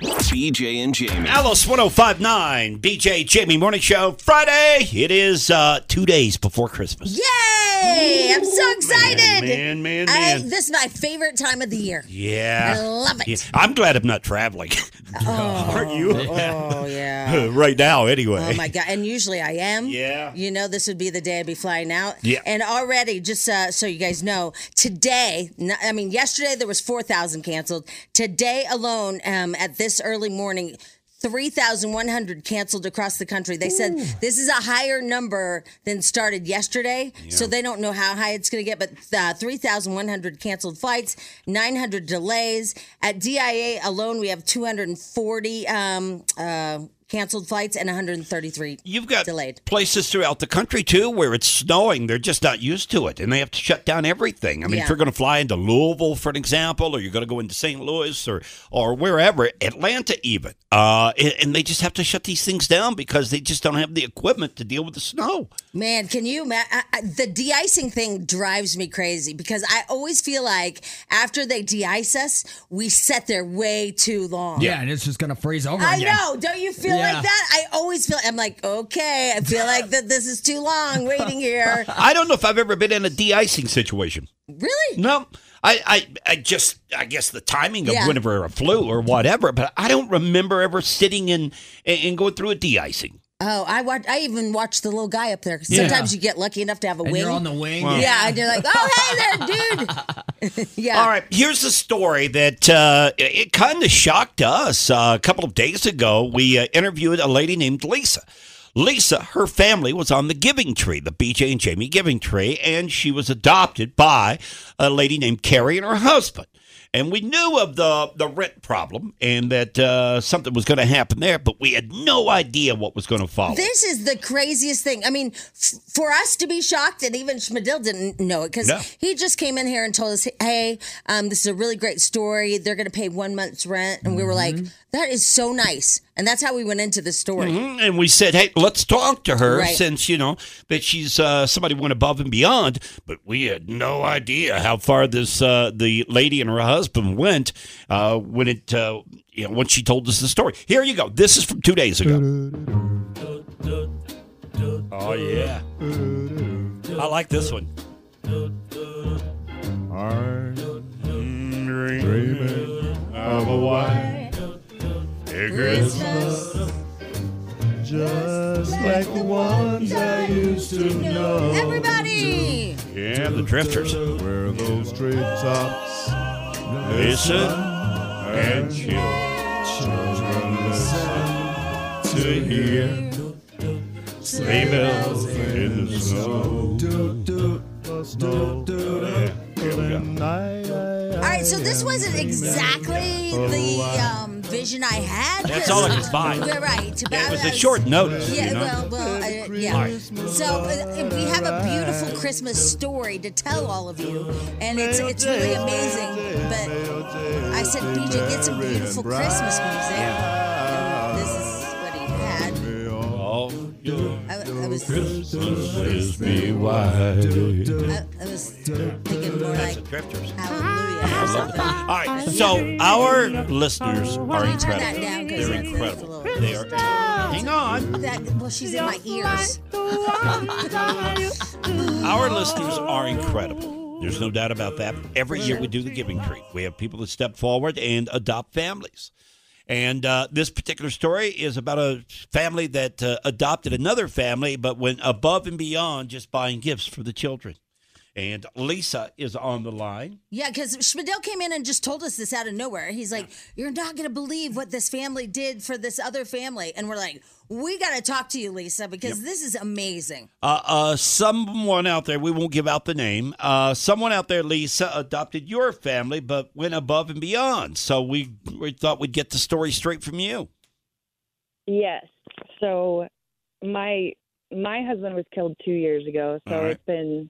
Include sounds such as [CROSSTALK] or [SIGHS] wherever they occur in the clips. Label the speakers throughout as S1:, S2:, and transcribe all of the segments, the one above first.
S1: BJ and Jamie.
S2: Alice 1059, BJ Jamie Morning Show, Friday. It is uh, two days before Christmas.
S3: Yay! I'm so excited.
S2: Man, man,
S3: I,
S2: man.
S3: this is my favorite time of the year.
S2: yeah.
S3: I love it.
S2: Yeah. I'm glad I'm not traveling. [LAUGHS] Aren't you?
S3: Oh yeah.
S2: [LAUGHS] right now, anyway.
S3: Oh my god! And usually I am.
S2: Yeah.
S3: You know, this would be the day I'd be flying out.
S2: Yeah.
S3: And already, just uh, so you guys know, today, n- I mean, yesterday there was four thousand canceled. Today alone, um, at this early morning. 3,100 canceled across the country. They said this is a higher number than started yesterday. So they don't know how high it's going to get, but uh, 3,100 canceled flights, 900 delays. At DIA alone, we have 240 um, uh, canceled flights and 133.
S2: You've got
S3: delayed.
S2: places throughout the country, too, where it's snowing. They're just not used to it, and they have to shut down everything. I mean, if
S3: Yeah.
S2: you're going to fly into Louisville, for an example, or you're going to go into St. Louis or, or wherever, Atlanta even, uh, and, and they just have to shut these things down because they just don't have the equipment to deal with the snow.
S3: Man, can you? ma- I, I, the de-icing thing drives me crazy because I always feel like after they de-ice us, we sit there way too long.
S4: Yeah, and it's just gonna freeze over
S3: I
S4: again.
S3: know. Don't you feel
S4: Yeah.
S3: like that? I always feel. I'm like, okay. I feel like that this is too long waiting here.
S4: [LAUGHS]
S2: I don't know if I've ever been in a de-icing situation.
S3: Really?
S2: No, I, I, I just, I guess the timing of
S3: Yeah.
S2: whenever I flew or whatever, but I don't remember ever sitting in and, and going through a de-icing.
S3: Oh, I watch. I even watched the little guy up there. 'cause Sometimes you get lucky enough to have a
S4: And
S3: wing.
S4: you're on the wing.
S3: yeah, and you're like, oh hey there,
S4: [LAUGHS]
S3: dude. [LAUGHS] yeah.
S2: All right, here's a story that uh, it kind of shocked us. Uh, a couple of days ago, we uh, interviewed a lady named Lisa. Lisa, her family was on the Giving Tree, the BJ and Jamie Giving Tree, and she was adopted by a lady named Carrie and her husband. And we knew of the, the rent problem and that uh, something was going to happen there, but we had no idea what was going to follow.
S3: This is the craziest thing. I mean, f- for us to be shocked, and even Schmidl didn't know it because
S2: No.
S3: he just came in here and told us, "Hey, um, this is a really great story. They're going to pay one month's rent," and we were like,
S2: Mm-hmm.
S3: "That is so nice." And that's how we went into the story.
S2: Mm-hmm. and we said, "Hey, let's talk to her
S3: Right.
S2: since you know that she's uh, somebody went above and beyond." But we had no idea how far this uh, the lady and her husband went uh, when it uh, you know when she told us the story. Here you go. This is from two days ago. Oh yeah, I like this one.
S3: Everybody,
S2: Yeah, the Drifters.
S5: Where those treetops
S2: Listen and chill.
S5: children listen to hear sleigh bells in the snow. Do, do, snow.
S3: all right. So this wasn't exactly the um, vision I had.
S2: That's all
S3: 'cause-
S2: I could find.
S3: Yeah, right.
S2: It was a
S3: About us-
S2: short notice.
S3: Yeah,
S2: you know?
S3: well, well, uh, yeah. So uh, we have a beautiful Christmas story to tell all of you, and it's it's really amazing. But I said, BJ, get some beautiful Christmas music. And This is what he had. I, I was I, I was thinking more like
S2: Drifters.
S3: Hallelujah. or something.
S2: All right, so our listeners are
S3: Turn that
S2: incredible.
S3: down, 'cause
S2: They're
S3: that's- that's
S2: incredible.
S3: a little-
S2: They are. Hang on.
S3: That, well, she's in my ears.
S2: Our listeners are incredible. There's no doubt about that. Every year we do the giving tree. We have people that step forward and adopt families. And uh, this particular story is about a family that uh, adopted another family, but went above and beyond just buying gifts for the children. And Lisa is on the line.
S3: Yeah, because Schmidel came in and just told us this out of nowhere. He's like, You're not going to believe what this family did for this other family. And we're like, We got to talk to you, Lisa, because this is amazing.
S2: Uh, uh, someone out there, we won't give out the name. Uh, someone out there, Lisa, adopted your family, but went above and beyond. So we, we thought we'd get the story straight from you.
S4: Yes. So my my husband was killed two years ago, so
S2: All right.
S4: it's been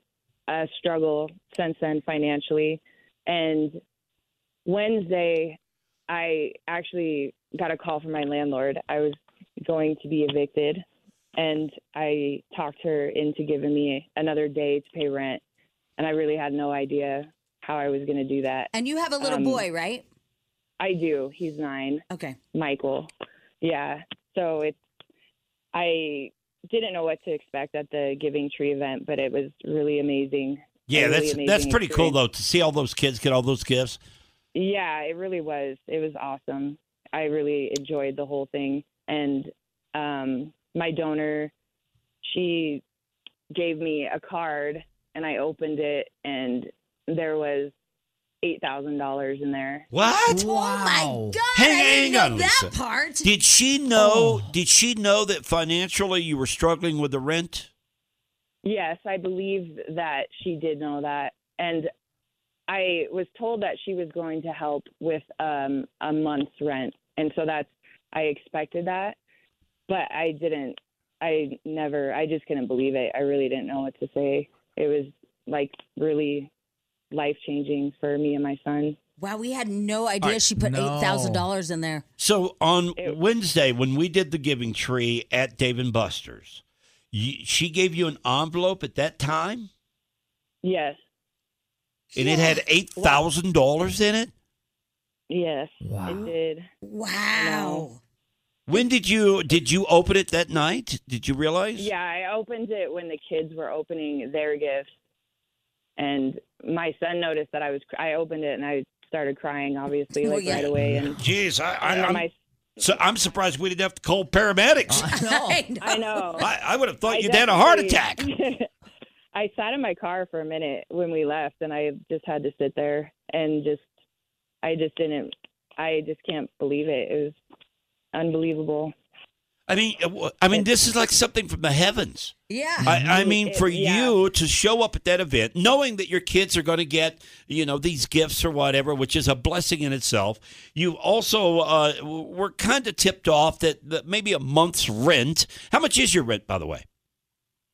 S4: a struggle since then financially. And Wednesday, I actually got a call from my landlord. I was going to be evicted, and I talked her into giving me another day to pay rent. And I really had no idea how I was going to do that.
S3: And you have a little
S4: Um,
S3: boy, right?
S4: I do. He's nine.
S3: Okay.
S4: Michael. Yeah. So it's I didn't know what to expect at the Giving Tree event, but it was really amazing.
S2: Yeah,
S4: A really
S2: that's
S4: amazing
S2: that's pretty cool
S4: experience.
S2: though to see all those kids get all those gifts.
S4: Yeah, it really was. It was awesome. I really enjoyed the whole thing. And um, my donor, she gave me a card, and I opened it, and there was eight thousand dollars in there.
S2: What?
S3: Oh my God.
S2: Hang-
S3: I didn't
S2: hang
S3: know
S2: on,
S3: that
S2: Lisa.
S3: part.
S2: Did she
S4: Oh.
S2: know? Did she know that financially you were struggling with the rent?
S4: Yes, I believe that she did know that. And I was told that she was going to help with um, a month's rent. And so that's, I expected that, but I didn't, I never, I just couldn't believe it. I really didn't know what to say. It was like really life changing for me and my son.
S3: Wow, we had no idea she put $8,000 in there.
S2: So on
S4: It-
S2: Wednesday when we did the giving tree at Dave and Buster's, you, she gave you an envelope at that time,
S4: Yes,
S2: and it had eight thousand dollars in it.
S4: yes, it did.
S3: Wow.
S2: When did you did you open it that night? Did you realize?
S4: Yeah, I opened it when the kids were opening their gifts, and my son noticed that I was. I opened it and I started crying, obviously,
S3: Well,
S4: like
S3: yeah.
S4: right away. And,
S2: Jeez, I, I,
S4: and then
S2: I'm,
S4: my,
S2: so I'm surprised we didn't have to call paramedics.
S4: [LAUGHS]
S3: [LAUGHS] I know.
S4: I know.
S2: [LAUGHS] I, I would have thought
S4: I
S2: you'd had a heart attack.
S4: definitely- [LAUGHS] I sat in my car for a minute when we left, and I just had to sit there and just. I just didn't. I just can't believe it. It was unbelievable.
S2: I mean, uh, w- I mean, this is like something from the heavens.
S3: Yeah.
S2: I, I mean, for
S4: Yeah.
S2: you to show up at that event, knowing that your kids are going to get, you know, these gifts or whatever, which is a blessing in itself. You also uh, w- were kind of tipped off that, that maybe a month's rent. How much is your rent, by the way?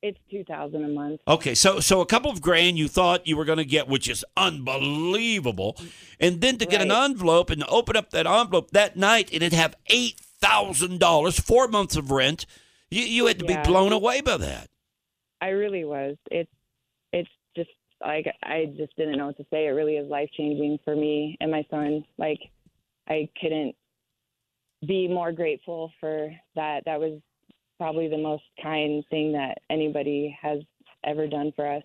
S4: It's two thousand a month.
S2: Okay, so so a couple of grand you thought you were going to get, which is unbelievable, and then to get an
S4: Right.
S2: envelope and open up that envelope that night and it'd have eight thousand dollars, four months of rent. You you had to
S4: Yeah.
S2: be blown away by that.
S4: I really was. It's it's just like I just didn't know what to say. It really is life changing for me and my son. Like I couldn't be more grateful for that. That was probably the most kind thing that anybody has ever done for us.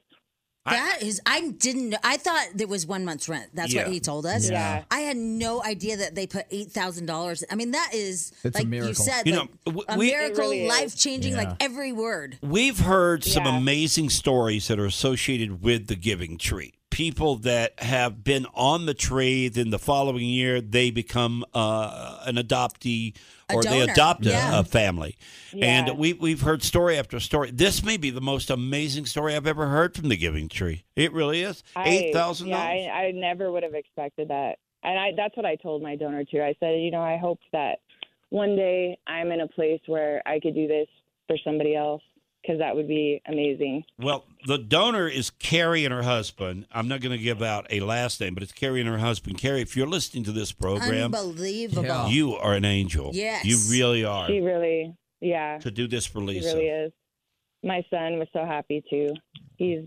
S3: That is, I didn't. know- I thought there was one month's rent. That's
S2: Yeah.
S3: what he told us.
S4: Yeah.
S3: I had no idea that they put eight thousand dollars. I mean, that is
S6: It's a
S3: like you
S6: miracle.
S3: said,
S2: You
S3: like,
S2: know, w-
S3: a
S2: we- It
S3: miracle,
S4: really is.
S3: life changing,
S6: Yeah.
S3: like every word.
S2: We've heard some
S4: Yeah.
S2: amazing stories that are associated with the giving tree. People that have been on the tree, then the following year they become uh, an adoptee
S3: A
S2: or they
S3: donor.
S2: adopt a-
S3: Yeah.
S2: a, family.
S4: Yeah.
S2: And we, we've heard story after story. This may be the most amazing story I've ever heard from the giving tree. It really is.
S4: I-
S2: $8,000.
S4: Yeah, I, I never would have expected that, and I that's what I told my donor too. I said, you know, I hope that one day I'm in a place where I could do this for somebody else because that would be amazing.
S2: Well, the donor is Carrie and her husband. I'm not going to give out a last name, but it's Carrie and her husband. Carrie, if you're listening to this program,
S3: Unbelievable.
S6: Yeah.
S2: you are an angel.
S3: Yes.
S2: You really are.
S4: She really, yeah,
S2: to do this for
S4: she
S2: Lisa.
S4: really is. My son was so happy too. He's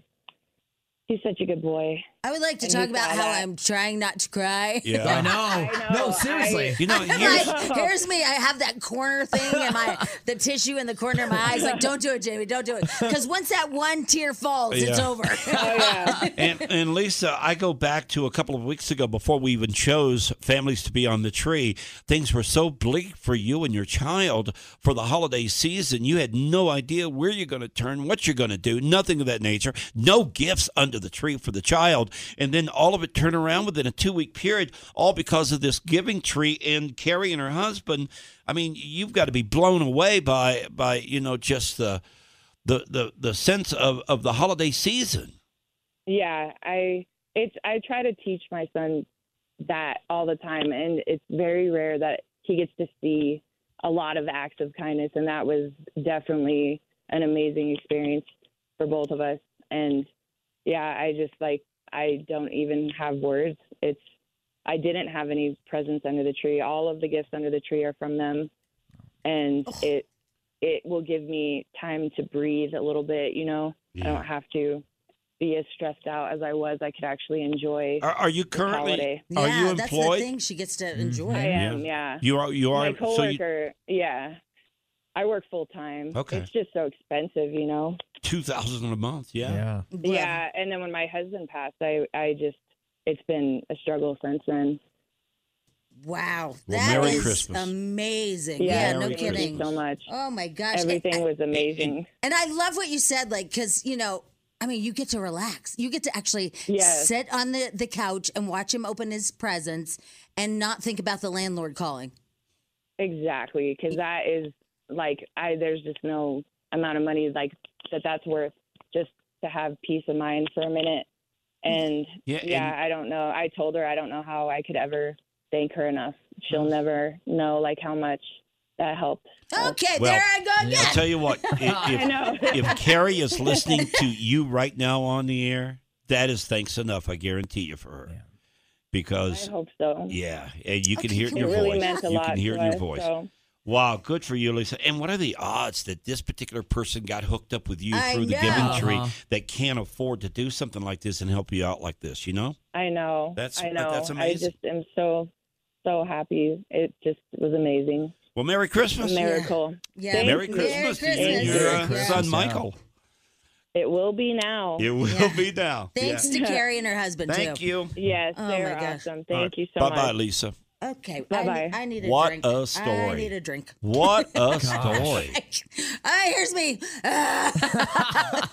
S4: he's such a good boy.
S3: I would like to
S4: And
S3: talk
S4: you
S3: about
S4: saw
S3: how
S4: that.
S3: I'm trying not to cry.
S2: Yeah.
S6: I know.
S4: I know,
S6: No, seriously.
S2: You know,
S3: [LAUGHS] I'm
S2: here's,
S3: like, here's me. I have that corner thing and my the tissue in the corner of my eyes. Like, don't do it, Jamie. Don't do it. Because once that one tear falls, it's
S2: Yeah. [LAUGHS]
S3: over.
S4: Oh [LAUGHS] yeah.
S2: and, and Lisa, I go back to a couple of weeks ago before we even chose families to be on the tree. Things were so bleak for you and your child for the holiday season. You had no idea where you're going to turn, what you're going to do, nothing of that nature. No gifts under the tree for the child, and then all of it turned around within a two week period, all because of this giving tree and Carrie and her husband. I mean, you've got to be blown away by by you know just the. The, the, the sense of, of the holiday season.
S4: yeah i it's i try to teach my son that all the time and it's very rare that he gets to see a lot of acts of kindness and that was definitely an amazing experience for both of us and yeah i just like i don't even have words it's i didn't have any presents under the tree all of the gifts under the tree are from them and it it will give me time to breathe a little bit you know i don't have to be as stressed out as I was, I could actually enjoy
S2: Are, are you
S4: this
S2: currently?
S4: holiday.
S2: Are
S3: yeah,
S2: you
S3: that's
S2: employed?
S3: the thing. She gets to
S6: Mm-hmm.
S3: enjoy.
S4: I
S3: it.
S4: am, yeah.
S2: You are. You are.
S4: My
S2: so you,
S4: coworker, yeah. I work full time.
S2: Okay.
S4: It's just so expensive, you know.
S2: two thousand a month. Yeah.
S6: Yeah.
S3: Well,
S4: Yeah, and then when my husband passed, I I just it's been a struggle since then.
S3: Wow.
S2: Well,
S3: that
S2: Merry
S3: is
S2: Christmas.
S3: amazing.
S4: Yeah,
S3: Yeah, no
S2: Merry
S4: Thank
S3: kidding.
S4: you so much.
S3: Oh my gosh.
S4: Everything was amazing.
S3: And I love what you said, like, because, you know, I mean, you get to relax. You get to actually
S4: Yes.
S3: sit on the, the couch and watch him open his presents and not think about the landlord calling.
S4: Exactly, because that is like I there's just no amount of money like that that's worth just to have peace of mind for a minute. And
S2: Yeah,
S4: yeah,
S2: and-
S4: I don't know. I told her I don't know how I could ever thank her enough. She'll
S2: Mm.
S4: never know like how much that helped.
S3: Okay,
S2: Oh, Well,
S3: there I go
S2: I'll
S3: again.
S2: tell you
S4: [LAUGHS]
S2: what. i-
S4: I know.
S2: If, [LAUGHS] if Carrie
S4: [LAUGHS]
S2: is listening to you right now on the air, that is thanks enough. I guarantee you for her,
S4: I
S2: because
S4: hope so.
S2: yeah, and you can hear it in
S4: It
S2: your
S4: really
S2: voice.
S4: meant a
S2: you
S4: lot.
S2: can hear it
S4: to
S2: in your
S4: us,
S2: voice.
S4: so-
S2: Wow, good for you, Lisa. And what are the odds that this particular person got hooked up with you
S3: I
S2: through the
S3: know.
S2: giving tree
S6: Uh-huh.
S2: that can't afford to do something like this and help you out like this? You know.
S4: I know.
S2: That's-
S4: I know.
S2: that's amazing.
S4: I just am so so happy. It just was amazing.
S2: Well, Merry Christmas.
S4: A miracle.
S3: Yeah.
S2: Merry
S4: Thank you.
S2: Christmas
S3: Merry
S2: to you and
S3: Christmas.
S2: your uh, son
S6: Merry Christmas, yeah.
S2: Michael.
S4: It will be now.
S2: It will
S3: Yeah.
S2: be now.
S3: Thanks
S2: Yeah.
S3: to Carrie and her husband,
S2: Thank
S3: too.
S2: you.
S4: Yes,
S3: Oh,
S4: they're
S3: my gosh.
S4: awesome. Thank you so
S2: bye
S4: much.
S2: bye, Lisa.
S3: Okay, I,
S4: Bye-bye.
S3: need- I need a
S2: What
S3: drink.
S2: a story.
S3: I need a drink.
S2: What
S3: [LAUGHS]
S2: a story.
S3: All right, Oh, here's me. [LAUGHS] I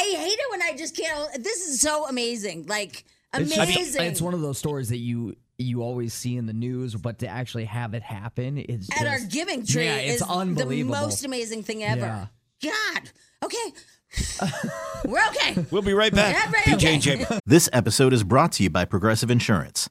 S3: hate it when I just can't. This is so amazing. Like,
S6: It's
S3: amazing.
S6: just- it's one of those stories that you you always see in the news, but to actually have it happen is
S3: at our
S6: just-
S3: giving tree
S6: Yeah,
S3: is
S6: it's unbelievable.
S3: the most amazing thing ever. God.
S6: [LAUGHS]
S3: Okay. We're okay.
S2: We'll be right
S3: Yeah,
S2: back.
S3: right
S2: PJ
S3: away.
S2: and Jamie.
S7: This episode is brought to you by Progressive Insurance.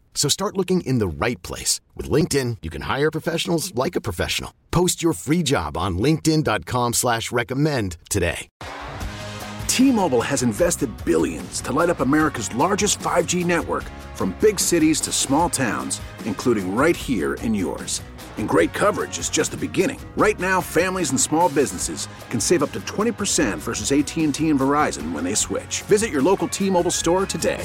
S8: So start looking in the right place. With LinkedIn, you can hire professionals like a professional. Post your free job on linkedin.com/recommend slash recommend today.
S9: T-Mobile has invested billions to light up America's largest 5G network from big cities to small towns, including right here in yours. And great coverage is just the beginning. Right now, families and small businesses can save up to 20% versus AT&T and Verizon when they switch. Visit your local T-Mobile store today.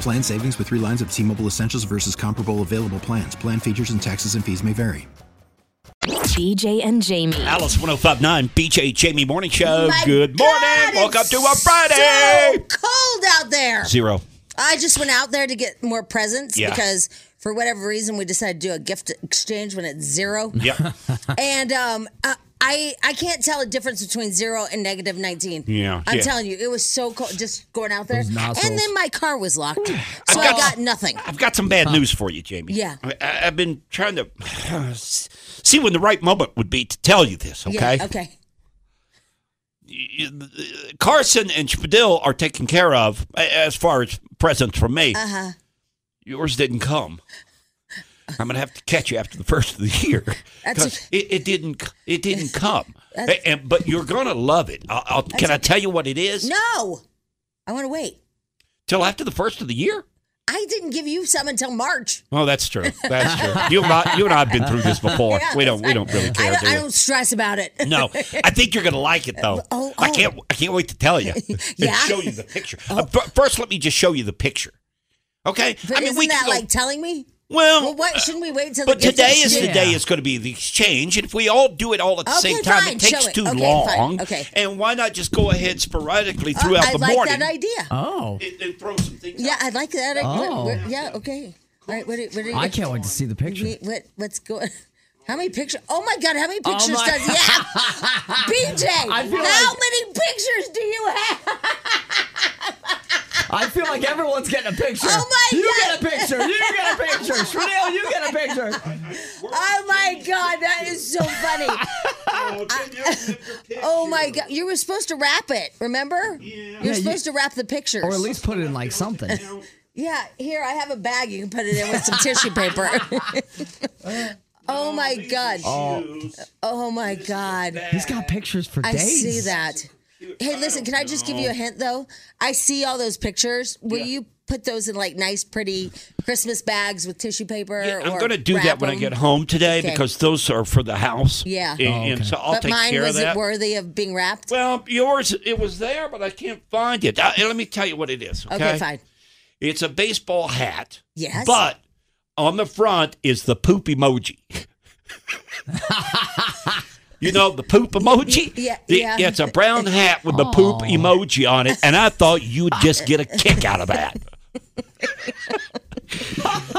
S10: Plan savings with three lines of T Mobile Essentials versus comparable available plans. Plan features and taxes and fees may vary.
S11: BJ and Jamie.
S2: Alice 1059, BJ Jamie Morning Show.
S3: My
S2: Oh, Good
S3: God,
S2: morning. Welcome
S3: it's
S2: to a Friday.
S3: So cold out there.
S2: Zero.
S3: I just went out there to get more presents
S2: Yeah.
S3: because for whatever reason, we decided to do a gift exchange when it's zero. [LAUGHS]
S2: Yep.
S3: and um, uh, I I can't tell a difference between zero and negative nineteen.
S2: Yeah.
S3: I'm
S2: Yeah.
S3: telling you, it was so cold just going out there.
S2: Those nozzles.
S3: And then my car was
S2: [SIGHS]
S3: locked, so I got nothing.
S2: I've got some bad news for you, Jamie.
S3: Yeah.
S2: I, I- I've been trying to [SIGHS] see when the right moment would be to tell you this, okay?
S3: Yeah, okay.
S2: Carson and Spadil are taken care of a- as far as presents from me.
S3: Uh huh.
S2: Yours didn't come. I'm gonna have to catch you after the first of the year
S3: That's
S2: because it, it didn't c- it
S3: [LAUGHS]
S2: didn't come.
S3: That's-
S2: A- and- but you're gonna love it. I'll, I'll, can I tell you what it is?
S3: No, I want to wait.
S2: Till after the first of the year.
S3: I didn't give you some until March.
S2: Oh, that's true. That's [LAUGHS] true. You and I, you and I have been through this before.
S3: [LAUGHS] Yeah,
S2: Oh, we don't we don't really
S3: I
S2: care.
S3: don't,
S2: do we?
S3: I don't stress about it. [LAUGHS]
S2: No, I think you're gonna like it though.
S3: Oh,
S2: I
S3: oh.
S2: can't. I can't wait to tell you. and
S3: [LAUGHS] Yeah? Oh.
S2: show you the picture. Uh, fir- first, let me just show you the picture. Okay.
S3: But
S2: I mean,
S3: isn't
S2: we can
S3: that
S2: go-
S3: like telling me?
S2: Well,
S3: what shouldn't we wait till?
S2: But
S3: the gift
S2: today is the
S3: exchange?
S2: day it's going to be the exchange, and if we all do it all at the
S3: Okay,
S2: same time,
S3: fine,
S2: it
S3: show
S2: takes
S3: it.
S2: too
S3: Okay, fine,
S2: long.
S3: okay.
S2: And why not just go ahead sporadically
S3: Oh,
S2: throughout
S3: I
S2: the
S3: like
S2: morning?
S3: that idea.
S6: Oh.
S2: And, and throw some things.
S3: Yeah, I like that. I-
S6: Oh.
S3: what- yeah. Okay. All right. What, do- what do you-
S6: I can't wait to see the picture.
S3: Me- What? What's going? [LAUGHS] How many pictures? Oh my God! How many
S6: Oh
S3: pictures
S6: my-
S3: does he have?
S6: [LAUGHS]
S3: BJ, how
S6: I feel like-
S3: many pictures do you have?
S6: I feel like everyone's getting a picture.
S3: Oh my
S6: you
S3: God.
S6: get a picture. You get a picture. Shredel, you get a picture.
S3: Oh my God! That is so funny. I- [LAUGHS] oh my God! You were supposed to wrap it. Remember? Yeah. You're
S6: you-
S3: supposed to wrap the pictures.
S6: Or at least put it in like something.
S3: Yeah, here I have a bag. You can put it in with some tissue paper. [LAUGHS] oh my god!
S6: Oh.
S3: Oh my god!
S6: He's got pictures for
S3: I
S6: days.
S3: see that. Hey, listen, can I just give you a hint though? I see all those pictures. Will you put those in like nice, pretty Christmas bags with tissue paper?
S2: Yeah, I'm
S3: or
S2: going to do that
S3: wrap
S2: when I
S3: them?
S2: get home today
S3: Okay.
S2: because those are for the house. Oh,
S3: Yeah.
S2: And, and so I'll
S3: but
S2: take
S3: mine
S2: care of
S3: wasn't
S2: that.
S3: worthy of being wrapped.
S2: Well, yours it was there, but I can't find it. I, let me tell you what it is. Okay?
S3: Okay, fine.
S2: It's a baseball hat.
S3: Yes.
S2: But on the front is the poop
S3: [LAUGHS]
S2: emoji. you know the poop emoji.
S3: Yeah,
S2: The-
S3: yeah.
S2: It's a brown hat with the poop emoji on it, and I thought you'd just
S3: [LAUGHS]
S2: get a kick out of that.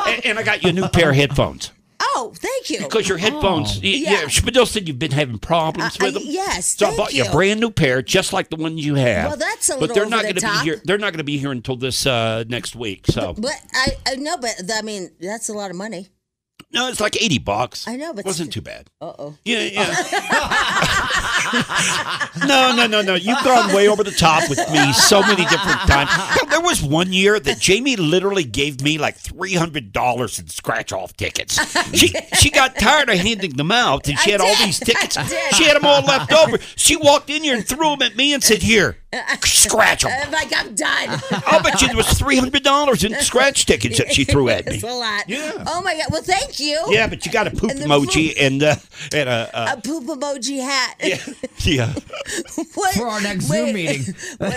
S2: and, and I got you a new pair of headphones
S3: Oh, thank you.
S2: because your headphones. y- Yeah,
S3: Oh. Yeah.
S2: Spadil said you've been having problems
S3: I-
S2: with them.
S3: yes,
S2: so I
S3: thank
S2: bought you a
S3: you.
S2: brand new pair, just like the ones you have.
S3: Well, that's a
S2: But
S3: little
S2: they're
S3: over
S2: not
S3: the
S2: gonna
S3: top.
S2: be here. They're not going to be here until this uh, next week. So
S3: But I, I know, but th- I mean, that's a lot of money.
S2: No, it's like eighty bucks.
S3: I know, but
S2: wasn't too bad.
S3: Uh oh.
S2: Yeah, [LAUGHS] yeah. no, no, no, no. You've gone way over the top with me so many different times. Yo, There was one year that Jamie literally gave me like three hundred dollars in scratch off tickets. She she got tired of handing them out, and she
S3: I
S2: had all
S3: did.
S2: these tickets.
S3: I did.
S2: She had them all left over. She walked in here and threw them at me and said, "Here, scratch them."
S3: [LAUGHS] I'm like, I'm
S2: [LAUGHS]
S3: done.
S2: I'll bet you there was three hundred dollars in scratch tickets that she threw at me.
S3: That's a lot. Oh my god. Well, thank you.
S2: Yeah, but you got a poop
S3: Oh. And the
S2: emoji and uh, and uh, uh,
S3: [LAUGHS] A poop emoji hat.
S2: yeah, yeah.
S3: [LAUGHS] What-
S6: For our next Zoom meeting.
S3: [LAUGHS]
S2: [LAUGHS]
S3: wait.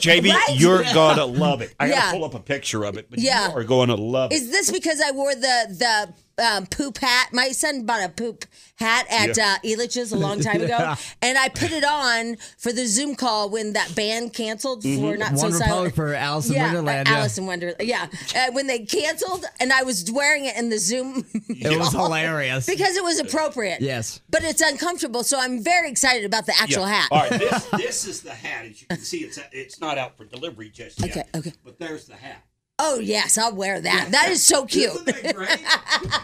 S2: JB,
S3: Right?
S2: you're gonna love it. I gotta
S3: Yeah.
S2: pull up a picture of it, but
S3: Yeah.
S2: you are gonna love it.
S3: Is this because I wore the the um, poop hat? My son bought a poop hat at
S2: Yeah.
S3: uh, Elitch's
S2: [LAUGHS]
S3: a long time ago, and I put it on for the Zoom call when that band canceled
S2: Mm-hmm.
S3: for not
S6: One
S3: so
S6: Republic
S3: silent.
S6: for Alice in
S3: yeah,
S6: Wonderland.
S3: uh,
S6: yeah.
S3: Alice in Wonderland. Yeah, uh, when they canceled, and I was wearing it in the Zoom [LAUGHS]
S6: It was hilarious.
S3: because it was appropriate.
S6: Yes.
S3: but it's uncomfortable, so I'm very excited about the
S2: Yeah.
S3: actual hat.
S2: All right,
S3: [LAUGHS]
S2: this, this is the hat. As you can see, it's it's not out for delivery just yet.
S3: Okay, okay.
S2: But there's the hat.
S3: Oh yes, I'll wear that. That is so cute.
S2: Isn't that
S3: [LAUGHS]
S2: great?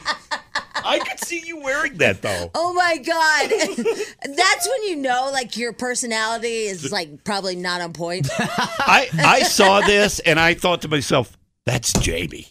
S2: I could see you wearing that though.
S3: Oh my god, that's when you know like your personality is like probably not
S2: [LAUGHS]
S3: on point.
S2: I I saw this and I thought to myself, that's
S3: [LAUGHS]
S2: Jamie.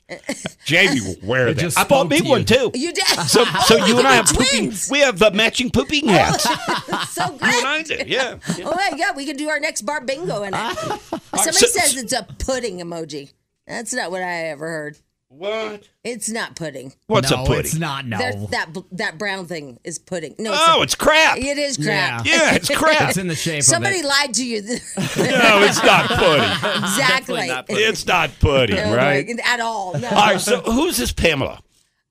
S2: Jamie will wear that.
S6: just
S2: I bought
S6: spoke
S2: me
S6: to you.
S2: one too.
S3: You did. [LAUGHS]
S2: So, so
S3: Oh,
S2: you and I have
S3: we're
S2: pooping,
S3: twins. Oh.
S2: we have uh, matching pooping hats. you
S3: [LAUGHS] so great.
S2: and I do, yeah.
S3: Oh my god, we can do our next bar bingo
S2: [LAUGHS]
S3: in it. Somebody
S2: so-
S3: says it's a pudding emoji. That's not what I ever heard.
S2: What?
S3: It's not pudding.
S2: What's
S6: no,
S2: a pudding?
S6: It's not, no.
S3: There- that bl- that brown thing is pudding. No,
S2: Oh, it's crap.
S3: it's, it is crap.
S6: Yeah.
S2: Yeah, it's crap.
S6: It's in the shape
S3: Somebody
S6: of it.
S3: lied to you. [LAUGHS]
S2: No, it's not pudding.
S3: exactly.
S2: It's not pudding, [LAUGHS]
S3: No,
S2: right?
S3: no, At all. No.
S2: All right, so who's this Pamela?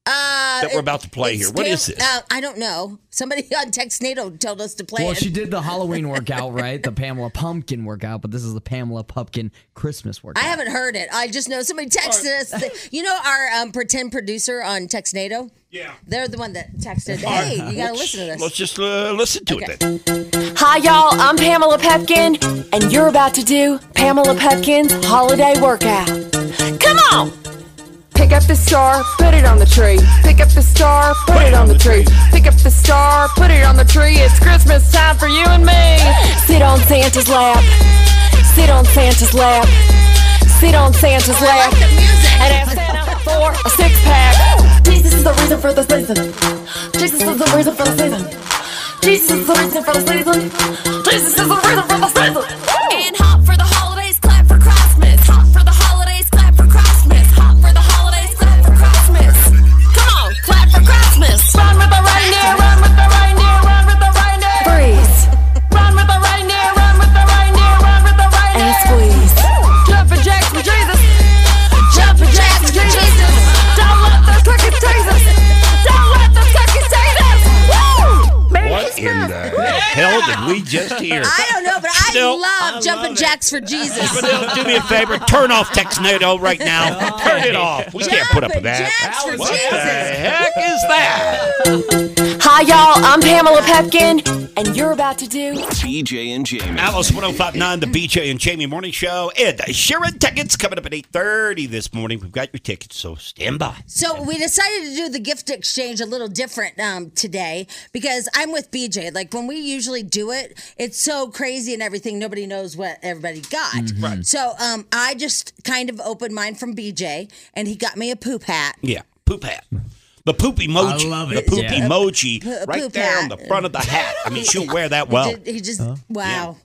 S3: Uh,
S2: that we're about to play here. What is this?
S3: Uh, I don't know. Somebody [LAUGHS] on Text NATO told us to play
S6: Well,
S3: it.
S6: she did the Halloween workout, right? The Pamela Pumpkin workout, but this is the Pamela Pumpkin Christmas workout.
S3: I haven't heard it. I just know somebody texted us. that- [LAUGHS] you know our um, pretend producer on Text NATO? Yeah. They're the one that texted,
S2: All right,
S3: hey, you got to
S2: let's-
S3: listen to this.
S2: Let's just uh, listen to it then.
S12: Hi, y'all. I'm Pamela Pepkin, and you're about to do Pamela Pepkin's holiday workout. Come on! Pick up the star, put it on the tree. Pick up the star, put, it on the tree. Pick up the star, put it on the tree. It's Christmas time for you and me. Sit on Santa's lap. Sit on Santa's lap. Sit on Santa's lap. And ask Santa for a six pack. Jesus is the reason for the season. Jesus is the reason for the season. Jesus is the reason for the season. Jesus is the reason for the season. And hop for the holidays, clap for Christmas. Hop for the holidays, clap for Christmas. Hop for the holidays, clap for Christmas. Come on, clap for Christmas. Run with the reindeer, run with the reindeer, run with the reindeer. Freeze. Run with the reindeer, run with the reindeer, run with the reindeer. And squeeze. Jumping jacks for Jesus. Jumping jacks for Jesus. Don't let the cookies tease us. Don't let the cookies tease us. Woo! Merry
S2: What in the hell did we just hear?
S3: I don't know, but I
S2: Still,
S3: love
S2: I
S3: jumping
S2: love it.
S3: jacks
S2: [LAUGHS]
S3: for Jesus.
S2: Don't do me a favor. Turn off Texnado right now. Turn it off. We can't put up with that.
S3: Jacks for
S2: What
S3: Jesus.
S2: the heck is that?
S12: Hi, y'all. I'm Pamela Pepkin, and you're about to do.
S1: BJ and Jamie.
S2: Alice 1059, the BJ and Jamie Morning Show. And Sharon tickets coming up at 8.30 this morning. We've got your tickets, so stand by.
S3: So we decided to do the gift exchange a little different um, today because I'm with BJ. Like when we usually do it, it's so crazy and everything. Nobody knows what everybody got.
S2: Mhm. Right.
S3: So um, I just kind of opened mine from BJ, and he got me a poop hat.
S2: Yeah, poop hat. The poop emoji.
S3: I love
S2: The
S3: it.
S2: poop
S3: Yeah.
S2: emoji
S3: P- poop
S2: right there on
S3: hat.
S2: the front of the hat. I mean, she'll wear that well.
S3: He did- he just wow.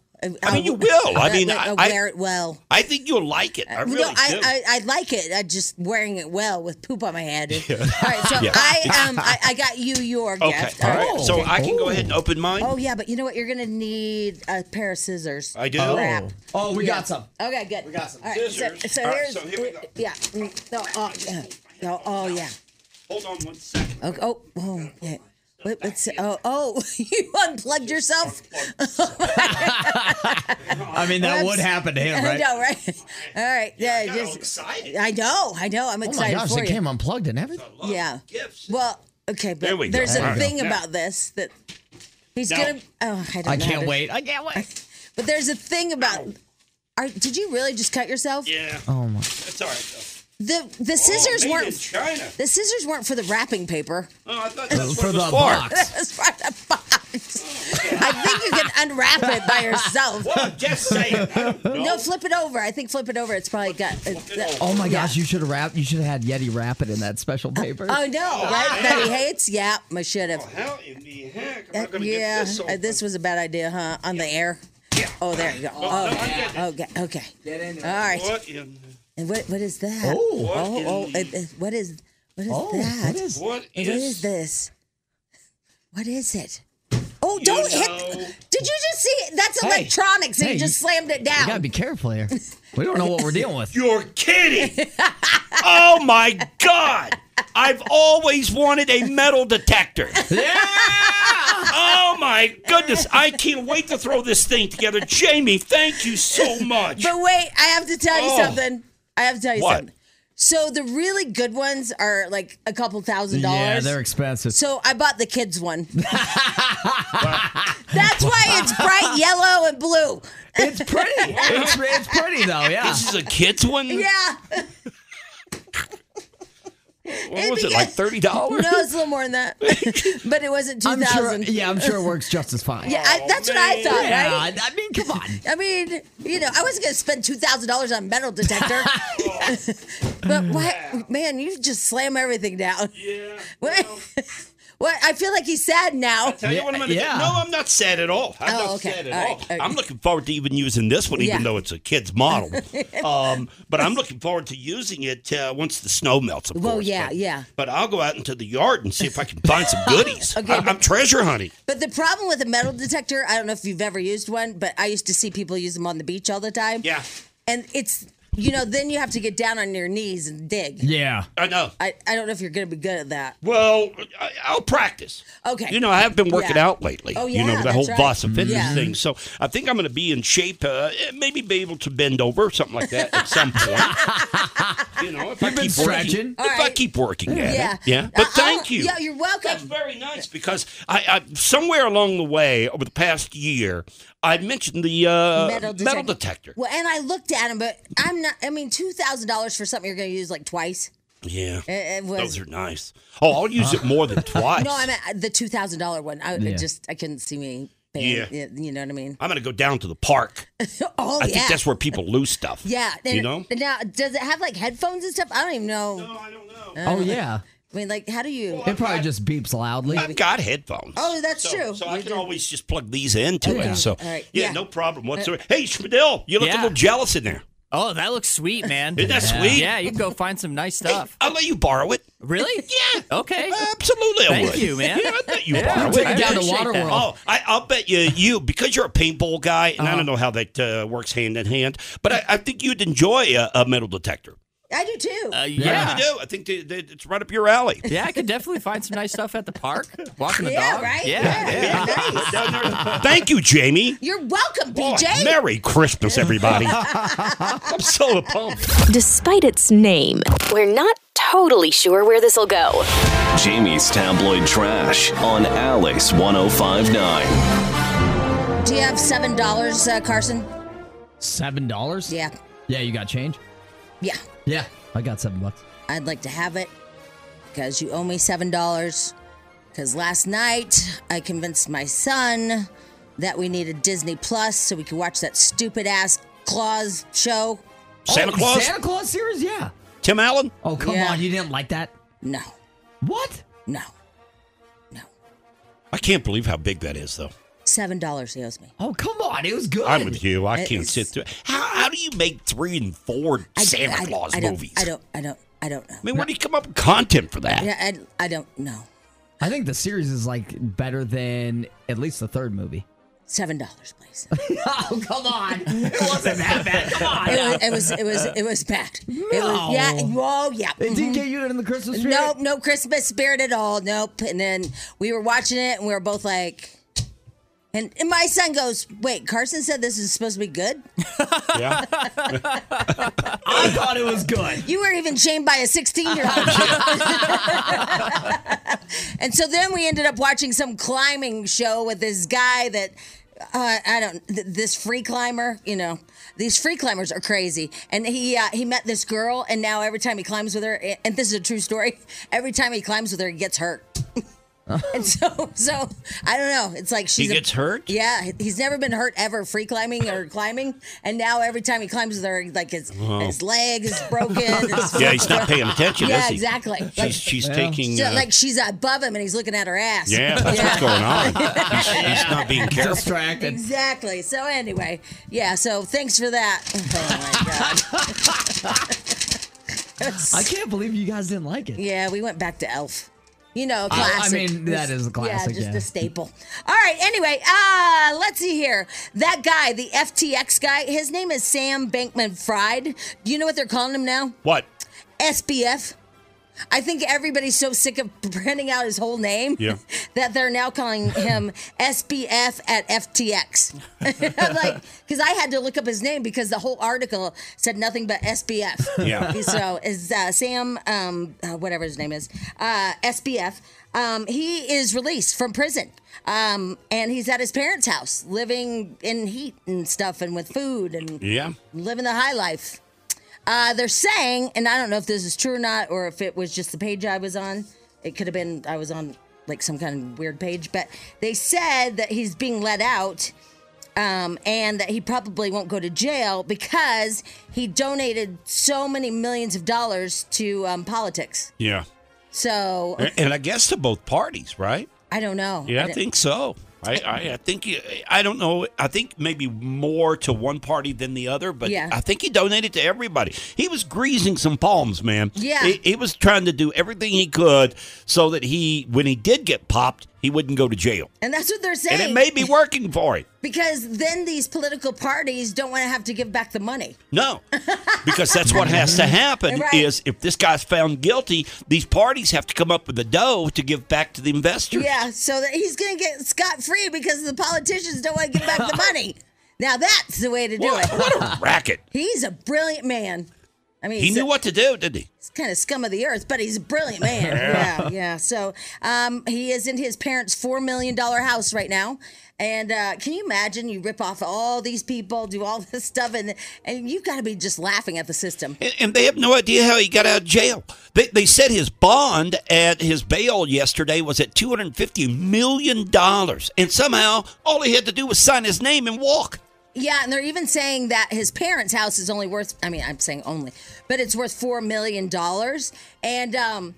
S2: I mean, you will. I mean, I-
S3: I'll
S2: I-
S3: wear it well.
S2: I think you'll like it. I
S3: No,
S2: really do.
S3: I, I I like it. I just wearing it well with poop on my head. All right,
S2: [LAUGHS]
S3: so
S2: Yeah.
S3: I um I, I got you your
S2: okay,
S3: gift.
S2: all right. So I can go ahead and open mine.
S3: Oh yeah, but you know what? You're gonna need a pair of scissors.
S2: I do.
S3: Crap.
S6: Oh, we
S3: Yeah.
S6: got some.
S3: Okay, good. We got some So,
S2: Scissors.
S3: so
S2: All right,
S3: here's
S2: so here we go.
S3: yeah. mm, No, oh, yeah. No, oh yeah.
S2: Hold on one second.
S3: Okay, oh oh yeah. Wait, what's, oh oh [LAUGHS] you unplugged yourself.
S6: [LAUGHS] I mean, that would happen to him,
S3: [LAUGHS] I
S6: right?
S3: know, right? All right. Yeah, just I know, I know. I'm
S6: Oh my
S3: excited
S6: gosh,
S3: for
S6: it
S3: you.
S6: came unplugged and everything.
S3: yeah. Well, okay, but
S6: There we go.
S3: there's
S6: All
S3: a
S6: right.
S3: thing
S6: Yeah.
S3: about this that he's
S6: No.
S3: gonna. Oh, I don't.
S6: I
S3: know
S6: can't
S3: how to-
S6: wait. I can't wait.
S3: But there's a thing about. Are, did you really just cut yourself? Yeah.
S6: Oh my.
S2: That's all right.
S3: The
S6: Oh,
S3: the scissors
S2: made
S3: weren't
S2: in China.
S3: The scissors weren't for the wrapping paper.
S2: though. Oh, I
S3: Uh,
S2: thought
S6: that's For what it was the for. box.
S3: That's for the box. I think you can unwrap it by yourself.
S2: Well, just
S3: [LAUGHS]
S2: saying.
S3: No, flip it over. I think flip it over. It's probably got. uh,
S6: Oh my
S3: yeah.
S6: gosh, you should have wrapped. You should have had Yeti wrap it in that special paper.
S3: Oh no! right? That he hates. Yeah, I should have.
S2: How in the heck
S3: Uh, yeah, uh, this, was a bad idea, huh? On the air. Yeah. Oh, there you go.
S2: No, no,
S3: oh,
S2: I'm
S3: okay, okay.
S2: Get
S3: All right.
S2: What in?
S3: And what what is that?
S2: Oh.
S3: oh,
S2: What
S3: oh,
S2: in
S3: it- it- what is what is
S2: Oh,
S3: that?
S2: what is- What
S3: What
S2: is-
S3: this? What is it? Oh, don't [LAUGHS] hit! Did you just see? That's electronics, and
S6: Hey,
S3: you just
S6: you-
S3: slammed it
S6: You gotta
S3: down.
S6: be careful here. We don't know what we're dealing with.
S2: You're
S3: [LAUGHS]
S2: kidding. oh my God. I've always wanted a metal detector. [LAUGHS] Yeah. Oh my goodness. I can't wait to throw this thing together. Jamie, thank you so much.
S3: But wait, I have to tell you
S2: Oh.
S3: something. I have to tell you
S2: What?
S3: something. So the really good ones are like a couple thousand dollars.
S6: Yeah, they're expensive.
S3: So I bought the kids
S6: [LAUGHS]
S3: one. That's why it's bright yellow and blue.
S6: It's pretty. it's, it's pretty though. Yeah.
S2: This is a kid's one?
S3: Yeah.
S2: What was it, like $30?
S3: No, it's a little more than that. [LAUGHS] but it wasn't two
S6: I'm sure.
S3: thousand.
S6: Yeah, I'm sure it works just as fine.
S3: Yeah, I, that's what I thought,
S6: Yeah,
S3: [LAUGHS] right?
S6: I mean, come on.
S3: I mean, you know, I wasn't going to spend two thousand dollars on a metal detector. [LAUGHS] but why, man, you just slam everything down. Yeah. What? [LAUGHS] what? I feel like he's sad now.
S2: Tell you what I'm gonna do. No, I'm not sad at all. I'm
S3: Oh,
S2: not
S3: okay.
S2: sad at
S3: All
S2: all.
S3: right. Okay.
S2: I'm looking forward to even using this one, even
S3: Yeah.
S2: though it's a kid's
S3: [LAUGHS]
S2: model. um, but I'm looking forward to using it uh, once the snow melts, of
S3: Well,
S2: course.
S3: yeah,
S2: but,
S3: yeah.
S2: But I'll go out into the yard and see if I can find
S3: [LAUGHS]
S2: some goodies. I, am treasure hunting.
S3: But the problem with a metal detector, I don't know if you've ever used one, but I used to see people use them on the beach all the time.
S2: Yeah.
S3: And it's You know, then you have to get down on your knees and dig.
S2: Yeah. I know.
S3: I, I don't know if you're going to be good at that.
S2: Well, I, I'll practice.
S3: Okay.
S2: You know, I have been working
S3: Yeah.
S2: out lately.
S3: Oh,
S2: You
S3: yeah,
S2: know, the
S3: that's
S2: whole
S3: right.
S2: Boss of Fitness
S3: Yeah.
S2: thing. So I think I'm going to be in shape, uh, maybe be able to bend over, something like that at some point. you
S3: [LAUGHS]
S2: know, if I keep working.
S3: All
S2: If I
S3: right.
S2: keep working at
S3: Yeah. Uh, oh,
S2: it. Yeah. But thank you.
S3: Yeah, you're welcome. That's
S2: very nice. because I, I somewhere along the way over the past year, I mentioned the uh,
S3: metal detector. Well, and I looked at him, but I'm not. I mean, two thousand dollars for something you're going to use like twice.
S2: Yeah,
S3: It- it was-
S2: those are nice. Oh, I'll use it more than twice.
S3: [LAUGHS] No, I meant uh, the two thousand dollar one. I
S2: Yeah.
S3: it just I couldn't see me paying.
S2: Yeah.
S3: it, You know what I mean?
S2: I'm going to go down to the park.
S3: Oh
S2: I
S3: yeah.
S2: think that's where people lose stuff.
S3: yeah. And,
S2: you know?
S3: and Now, does it have like headphones and stuff? I don't even know. No, I don't know.
S6: Oh yeah.
S3: I mean, like, how do you?
S6: It probably just beeps loudly.
S2: I've got headphones.
S3: Oh, that's true.
S2: So I can always just plug these into
S6: Yeah.
S2: it. So,
S6: All right.
S2: yeah,
S6: Yeah.
S2: no problem whatsoever. Hey, Schmidl, you look a
S13: Yeah.
S2: little jealous in there.
S13: Oh, that looks sweet, man.
S2: Isn't that sweet?
S13: Yeah, you can go find some nice stuff.
S2: I'll let you borrow
S13: [LAUGHS]
S2: it.
S3: [LAUGHS]
S13: Really? yeah. Okay. Uh,
S2: Absolutely, I
S13: Thank
S2: would.
S13: you, man.
S2: Yeah, I bet you
S13: [LAUGHS] Yeah,
S2: borrow
S13: I'll take
S2: it.
S13: it down to
S2: I appreciate that.
S13: Waterworld.
S2: Oh, I, I'll bet you, you because you're a paintball guy, and
S13: Uh-huh.
S2: I don't know how that uh, works hand in hand, but I, I think you'd enjoy a, a metal detector.
S3: I do too.
S2: Uh, I really do. I think they, they, it's right up your alley.
S13: [LAUGHS] Yeah, I could definitely find some nice stuff at the park. Walking the
S3: Yeah,
S13: dog.
S3: right?
S13: Yeah.
S2: [LAUGHS] Yeah, Thank you, Jamie.
S3: You're welcome, BJ.
S2: Merry Christmas, everybody. I'm so pumped.
S14: Despite its name, we're not totally sure where this'll go.
S1: Jamie's tabloid trash on Alice 1059.
S3: Do you have seven dollars, uh, Carson?
S6: Seven dollars?
S3: Yeah.
S6: Yeah, you got change?
S3: Yeah.
S6: Yeah. I got seven bucks.
S3: I'd like to have it because you owe me seven dollars. Because last night I convinced my son that we needed Disney Plus so we could watch that stupid ass Claus show.
S2: Santa
S6: Oh,
S2: Claus?
S6: Santa Claus series? Yeah.
S2: Tim Allen?
S6: Oh come
S3: Yeah.
S6: on, you didn't like that?
S3: No.
S6: What?
S3: No.
S2: I can't believe how big that is, though.
S3: Seven dollars he owes me.
S6: Oh come on, it was good.
S2: I'm with you. I
S3: It
S2: can't
S3: is-
S2: sit through. How, how do you make three and four Santa
S3: I-
S2: Claus
S3: I don't-
S2: movies?
S3: I don't. I don't. I don't know.
S2: I mean, where do you come up with content for that?
S3: Yeah, I, I don't know.
S6: I think the series is like better than at least the third movie.
S3: Seven dollars,
S6: [LAUGHS]
S3: please.
S6: oh come on, it wasn't that bad. Come on.
S3: It was. It was. It was, it was bad. It was,
S6: No.
S3: yeah. Oh yeah.
S6: It didn't
S3: mhm.
S6: get you in the Christmas spirit.
S3: Nope, no Christmas spirit at all. Nope. And then we were watching it and we were both like, and, and my son goes, Wait, Carson said this is supposed to be good? [LAUGHS]
S6: I thought it was good.
S3: You were even shamed by a 16 year old. [LAUGHS] and so then we ended up watching some climbing show with this guy that. Uh, I don't. Th- this free climber, you know, these free climbers are crazy. And he uh, he met this girl, and now every time he climbs with her, and this is a true story. Every time he climbs with her, he gets hurt. [LAUGHS] and so, so I don't know. It's like
S2: He
S3: she's a-
S2: gets hurt?
S3: Yeah, he- he's never been hurt ever free climbing or climbing, and now every time he climbs with her, like his
S2: Oh.
S3: his leg is
S2: [LAUGHS]
S3: broken. his
S2: Yeah, he's not paying attention,
S3: yeah,
S2: is he?
S3: exactly.
S2: She's- she's Well. taking,
S3: So,
S2: uh,
S3: like she's above him, and he's looking at her ass.
S2: Yeah, that's what's going on. He's, he's not being careful.
S3: [LAUGHS] Exactly. So anyway, yeah. So thanks for that. Oh
S6: I can't believe you guys didn't like it.
S3: Yeah, we went back to Elf. You know, a
S6: I- I
S3: classic.
S6: mean, that is a classic,
S3: Yeah, just
S6: yeah.
S3: a staple. All right. Anyway, uh, let's see here. That guy, the FTX guy, his name is Sam Bankman Fried. Do you know what they're calling him now?
S2: What?
S3: SBF. I think everybody's so sick of [LAUGHS] printing out his whole name
S2: Yeah.
S3: [LAUGHS] that they're now calling him [LAUGHS] SBF at FTX. [LAUGHS] I'm like, because I had to look up his name because the whole article said nothing but SBF.
S15: Yeah.
S3: [LAUGHS] so is uh, Sam, um, uh, whatever his name is, uh, SBF. Um, he is released from prison, um, and he's at his parents' house, living in heat and stuff, and with food and
S2: Yeah.
S3: living the high life. Uh, they're saying, and I don't know if this is true or not, or if it was just the page I was on. It could have been I was on like some kind of weird page, but they said that he's being let out, um, and that he probably won't go to jail because he donated so many millions of dollars to um, politics.
S2: Yeah.
S3: So
S2: And, and I guess to both parties, right?
S3: I don't know.
S2: Yeah, I
S3: don't-
S2: think so. I, I, I think you- I don't know. I think maybe more to one party than the other, but
S3: Yeah.
S2: I think he donated to everybody. He was greasing some palms, man.
S3: Yeah.
S2: he, he was trying to do everything he could so that he, when he did get popped, he wouldn't go to jail.
S3: And that's what they're saying.
S2: And it may be working for him.
S3: because then these political parties don't want to have to give back the money. [LAUGHS]
S2: No, because that's what has to happen
S3: Right.
S2: is if this guy's found guilty, these parties have to come up with the dough to give back to the investors.
S3: Yeah, so that he's going to get scot free because the politicians don't want to give
S2: [LAUGHS]
S3: back the money. Now that's the way to do it.
S2: What a racket.
S3: He's a brilliant man. I mean,
S2: He
S3: he's
S2: knew what to do, didn't he?
S3: He's kind of scum of the earth, but he's a brilliant
S2: [LAUGHS]
S3: man.
S2: Yeah.
S3: yeah, yeah. So um, he is in his parents' four million dollar house right now. And uh, can you imagine? You rip off all these people, do all [LAUGHS] this stuff, and and you've got to be just laughing at the system.
S2: And, and they have no idea how he got out of jail. They, they said his bond at his bail yesterday was at $250 million. And somehow all he had to do was sign his name and walk.
S3: Yeah, and they're even saying that his parents' house is only worth I mean, I'm saying only, but it's worth four million dollars. And um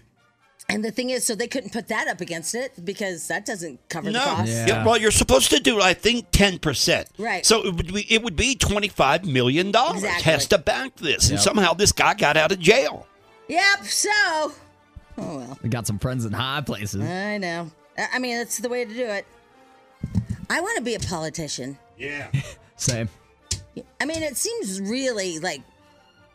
S3: and the thing is, so they couldn't put that up against it because that doesn't cover the
S2: No.
S3: cost.
S2: Yeah, well, you're supposed to do, I think, 10%.
S3: Right.
S2: So it would be, it would be $25 million has to back this. And
S6: Yep.
S2: somehow this guy got out of jail.
S3: Yep, so Oh well.
S6: We got some friends in high places.
S3: I know. I I mean, that's the way to do it. I want to be a politician.
S2: Yeah.
S6: Same.
S3: I mean, it seems really like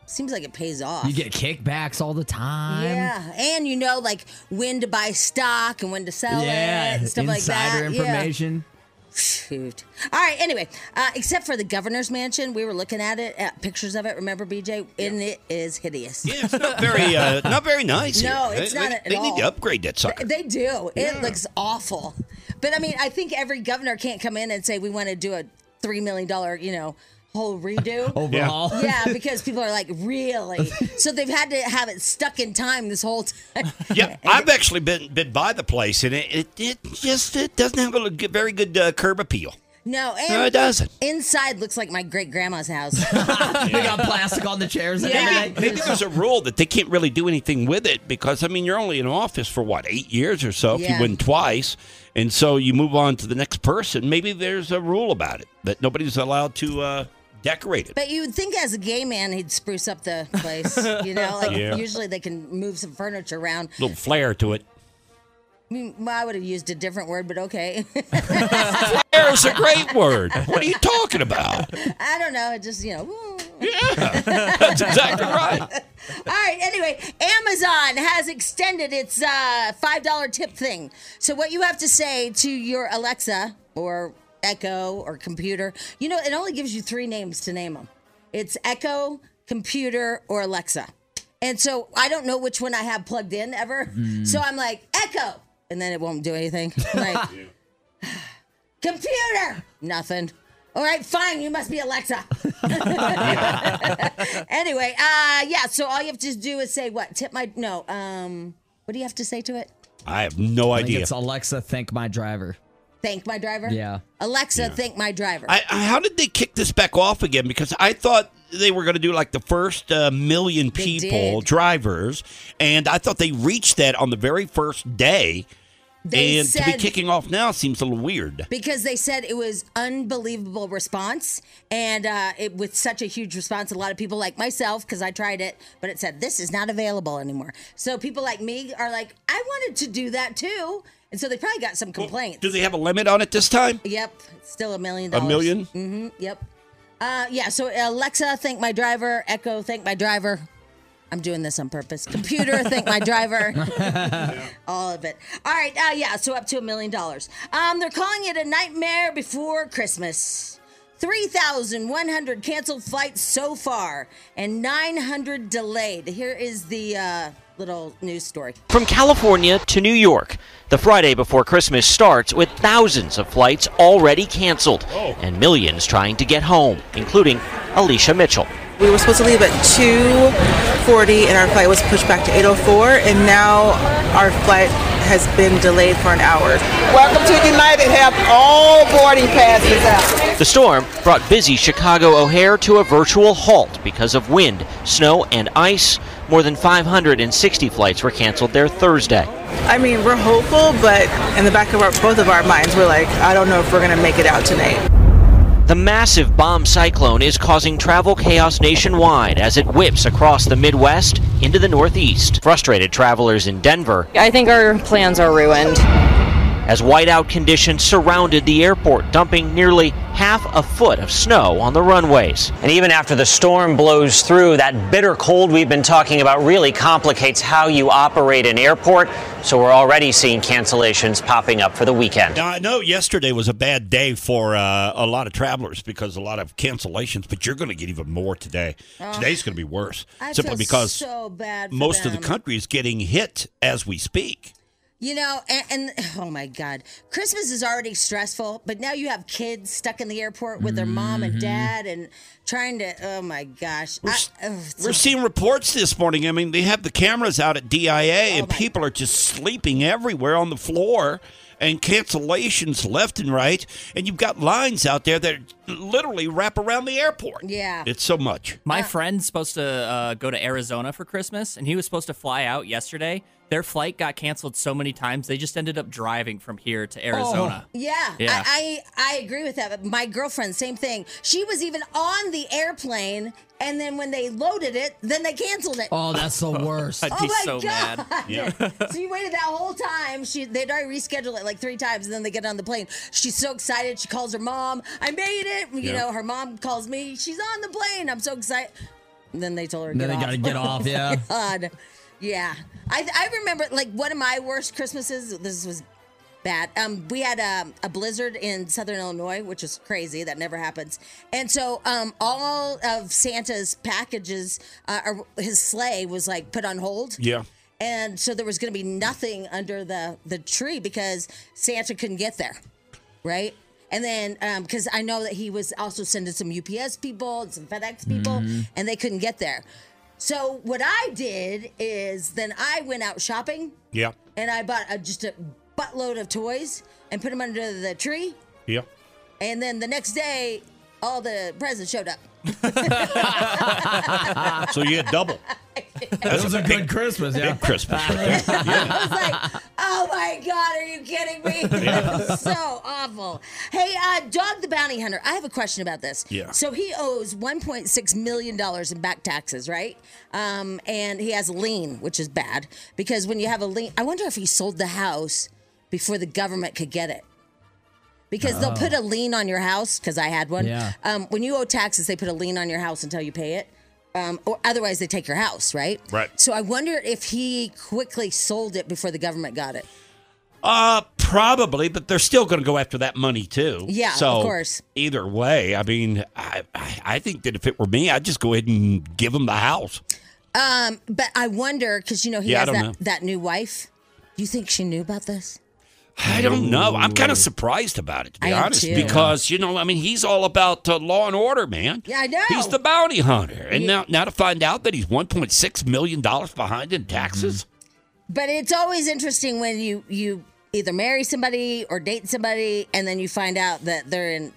S3: seems like it pays off.
S6: You get kickbacks all the time.
S3: yeah, and you know like when to buy stock and when to sell
S6: Yeah,
S3: it and stuff
S6: insider
S3: like that. Yeah. [LAUGHS]
S6: information.
S3: Shoot. All right. Anyway, uh, except for the governor's mansion, we were looking at it, at pictures of it. Remember, BJ, and it is hideous.
S2: Yeah, it's not very, uh, not very nice.
S3: No,
S2: here.
S3: it's
S2: They-
S3: not
S2: They,
S3: at
S2: they
S3: all.
S2: need to upgrade that sucker.
S3: They do. It looks awful. But I mean, I think every governor can't come in and say we want to do a three million dollar, you know, whole
S2: [LAUGHS]
S3: redo
S6: Overhaul.
S3: Yeah. because people are like, really? so they've had to have it stuck in time this whole time. [LAUGHS]
S2: Yeah, I've actually been been by the place, and it it, it just it doesn't have a good- very good uh, curb appeal.
S3: No, and
S2: No, it doesn't.
S3: Inside looks like my great grandma's house. [LAUGHS]
S6: We got plastic on the chairs and
S2: Maybe,
S6: everything.
S2: maybe there's a rule that they can't really do anything with it because I mean you're only in office for what eight years or so if
S3: Yeah.
S2: you win twice, and so you move on to the next person. Maybe there's a rule about it that nobody's allowed to uh, decorate it.
S3: But you would think, as a gay man, he'd spruce up the place. You know, like
S2: Yeah.
S3: usually they can move some furniture around.
S2: little flair to it.
S3: I mean, well, I would have used a different word, but okay. [LAUGHS]
S2: Flair is a great word. What are you talking about?
S3: I don't know. It just you know. mm.
S2: That's exactly right.
S3: All right. Anyway, Amazon has extended its uh, five dollar tip thing. So what you have to say to your Alexa or Echo or computer, you know, it only gives you three names to name them. It's Echo, computer, or Alexa. And so I don't know which one I have plugged in ever.
S15: Mm.
S3: So I'm like Echo, and then it won't do anything. I'm like, [SIGHS] computer, nothing. All right, fine. You must be Alexa. anyway, uh yeah, so all you have to do is say what? Tip my no, um what do you have to say to it?
S2: I have no
S6: I think
S2: idea.
S6: It's Alexa, thank my driver.
S3: Thank my driver?
S6: Yeah.
S3: Alexa, thank my driver.
S2: I, I- how did they kick this back off again? Because I thought they were going to do like the first uh, million people
S3: did.
S2: drivers, and I thought they reached that on the very first day.
S3: They
S2: and to be
S3: said-
S2: kicking off now seems a little weird.
S3: because they said it was unbelievable response and uh, it, with such a huge response a lot of people like myself because i tried it but it said this is not available anymore so people like me are like i wanted to do that too and so they probably got some complaints
S2: Do they have a limit on it this time?
S3: yep still a million
S2: A
S3: dollars
S2: million?
S3: mm-hmm yep uh, yeah so alexa thank my driver echo thank my driver i'm doing this on
S2: [LAUGHS]
S3: purpose computer thank my driver all of it. All right, uh, yeah, so up to a million dollars. Um, they're calling it a nightmare before Christmas. 3,100 canceled flights so far and 900 delayed. Here is the uh, little news story.
S16: From California to New York, the Friday before Christmas starts with thousands of flights already canceled and millions trying to get home, including Alicia Mitchell.
S17: We were supposed to leave at 2:40 and our flight was pushed back to 8:04 and now our flight has been delayed for an hour.
S18: Welcome to United. Have all boarding passes out.
S16: The storm brought busy Chicago O'Hare to a virtual halt because of wind, snow, and ice. More than 560 flights were canceled there Thursday.
S17: I mean, we're hopeful, but in the back of our both of our minds, we're like, I don't know if we're going to make it out tonight.
S16: The massive bomb cyclone is causing travel chaos nationwide as it whips across the Midwest into the Northeast. Frustrated travelers in Denver
S19: I think our plans are ruined.
S16: as whiteout conditions surrounded the airport, dumping nearly half a foot of snow on the runways.
S15: And even after the storm blows through, that bitter cold we've been talking about really complicates how you operate an airport. So we're already seeing cancellations popping up for the weekend.
S2: Now, I know yesterday was a bad day for uh, a lot of travelers because a lot of cancellations, but you're going to get even more today.
S3: Oh.
S2: Today's going to be worse
S3: I
S2: simply
S3: feel
S2: because
S3: so bad for
S2: most of the
S3: them.
S2: country is getting hit as we speak.
S3: You know, and, and [SIGHS] oh my God, Christmas is already stressful, but now you have kids stuck in the airport with their mom and
S2: Mhm.
S3: dad and trying to, oh my gosh. I, ugh, it's-
S2: We're seeing reports this morning. I mean, they have the cameras out at DIA,
S3: Oh,
S2: and people are just sleeping everywhere on the floor, and cancellations left and right. And you've got lines out there that literally wrap around the airport.
S3: yeah.
S2: It's so much.
S13: My friend's supposed to uh, go to Arizona for Christmas, and he was supposed to fly out yesterday. Their flight got canceled so many times, they just ended up driving from here
S6: Oh.
S13: to Arizona.
S3: Yeah,
S13: Yeah.
S3: I, I I agree with that. But my girlfriend, same thing. She was even on the airplane, and then when they loaded it, then they canceled it.
S6: Oh, that's
S13: [LAUGHS]
S6: the worst.
S3: Oh my God. [LAUGHS] so you waited that whole time. She they'd already rescheduled it like three times, and then they get on the plane. She's so excited. She calls her mom. I made it. You
S6: Yeah.
S3: know, her mom calls me. She's on the plane. I'm so excited. And then they told her.
S6: And then
S3: "Get
S6: they gotta
S3: off." [LAUGHS] Oh,
S6: get off, yeah.
S13: [LAUGHS]
S3: God. Yeah. I I remember like one of my worst Christmases. This was bad. Um, we had um, a blizzard in Southern Illinois, which is crazy. That never happens. And so, um, all of Santa's packages, uh, or his sleigh was like put on hold.
S2: Yeah.
S3: And so there was going to be nothing under the the tree because Santa couldn't get there, right? And then, because I know that he was also sending some UPS people and some FedEx people,
S19: Mhm.
S3: and they couldn't get there. So what I did is then I went out shopping
S2: Yeah.
S3: and I bought a, just a buttload of toys and put them under the tree.
S2: Yeah.
S3: And then the next day, all the presents showed up.
S2: so you had double. That was a, good
S6: Christmas.
S2: Yeah. Big Christmas. Right there.
S3: [LAUGHS] Oh my God, are you kidding
S19: [LAUGHS]
S3: me? so awful. Hey, uh, Dog the Bounty Hunter, I have a question about this.
S19: Yeah.
S3: So he owes $1.6 million in back taxes, right? Um, and he has a lien, which is bad because when you have a lien, I wonder if he sold the house before the government could get it. Because
S19: Oh.
S3: they'll put a lien on your house, because I had one.
S19: Yeah.
S3: Um, when you owe taxes, they put a lien on your house until you pay it. Um, or otherwise, they take your house, right?
S2: Right.
S3: So I wonder if he quickly sold it before the government got it.
S2: Uh, probably, but they're still going to go after that money too.
S3: Yeah, of
S2: so
S3: course.
S2: Either way, I mean, I, I I think that if it were me, I'd just go ahead and give them the house.
S3: Um, but I wonder because you know he
S2: Yeah, I
S3: has
S2: don't
S3: that,
S2: know.
S3: that new wife. Do you think she knew about this?
S2: I don't know. I'm kind of surprised about it, to be
S3: I am
S2: honest,
S3: too.
S2: because you know, I mean, he's all about uh, law and order, man.
S3: Yeah, I know.
S2: He's the bounty hunter, and now now to find out that he's 1.6 million dollars behind in taxes.
S3: But it's always interesting when you you either marry somebody or date somebody, and then you find out that they're in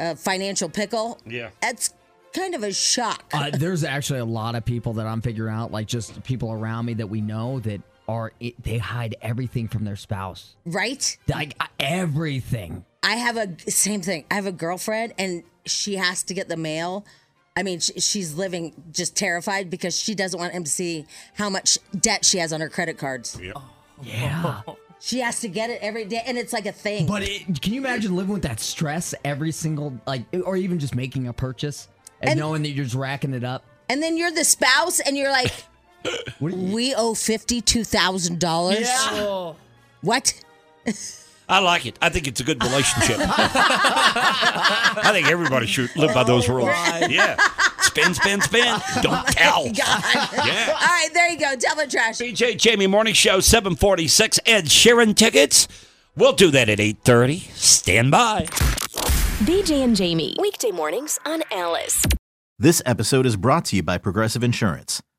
S3: a financial pickle.
S2: Yeah.
S3: that's kind of a shock.
S6: uh, there's actually a lot of people that I'm figuring out, like just people around me that we know that are it, they hide everything from their spouse,
S3: Right?
S6: like uh, everything.
S3: I have a same thing. I have a girlfriend, and she has to get the mail. I mean, she, she's living just terrified because she doesn't want him to see how much debt she has on her credit cards.
S6: Yeah.
S3: She has to get it every day, and it's like a thing.
S6: But it, can you imagine living with that stress every single like, or even just making a purchase and, knowing that you're just racking it up?
S3: and then you're the spouse, and you're like, we owe fifty-two thousand dollars. What?
S2: I like it. I think it's a good relationship. I think everybody should live by those rules. Yeah. Spin, spin, spin. Don't tell.
S3: God. All
S2: Yeah.
S3: right, there you go. Tell the trash.
S2: BJ Jamie Morning Show 746 Ed Sheeran tickets. We'll do that at 8:30. Stand by.
S14: BJ and Jamie, weekday mornings on Alice.
S7: This episode is brought to you by Progressive Insurance.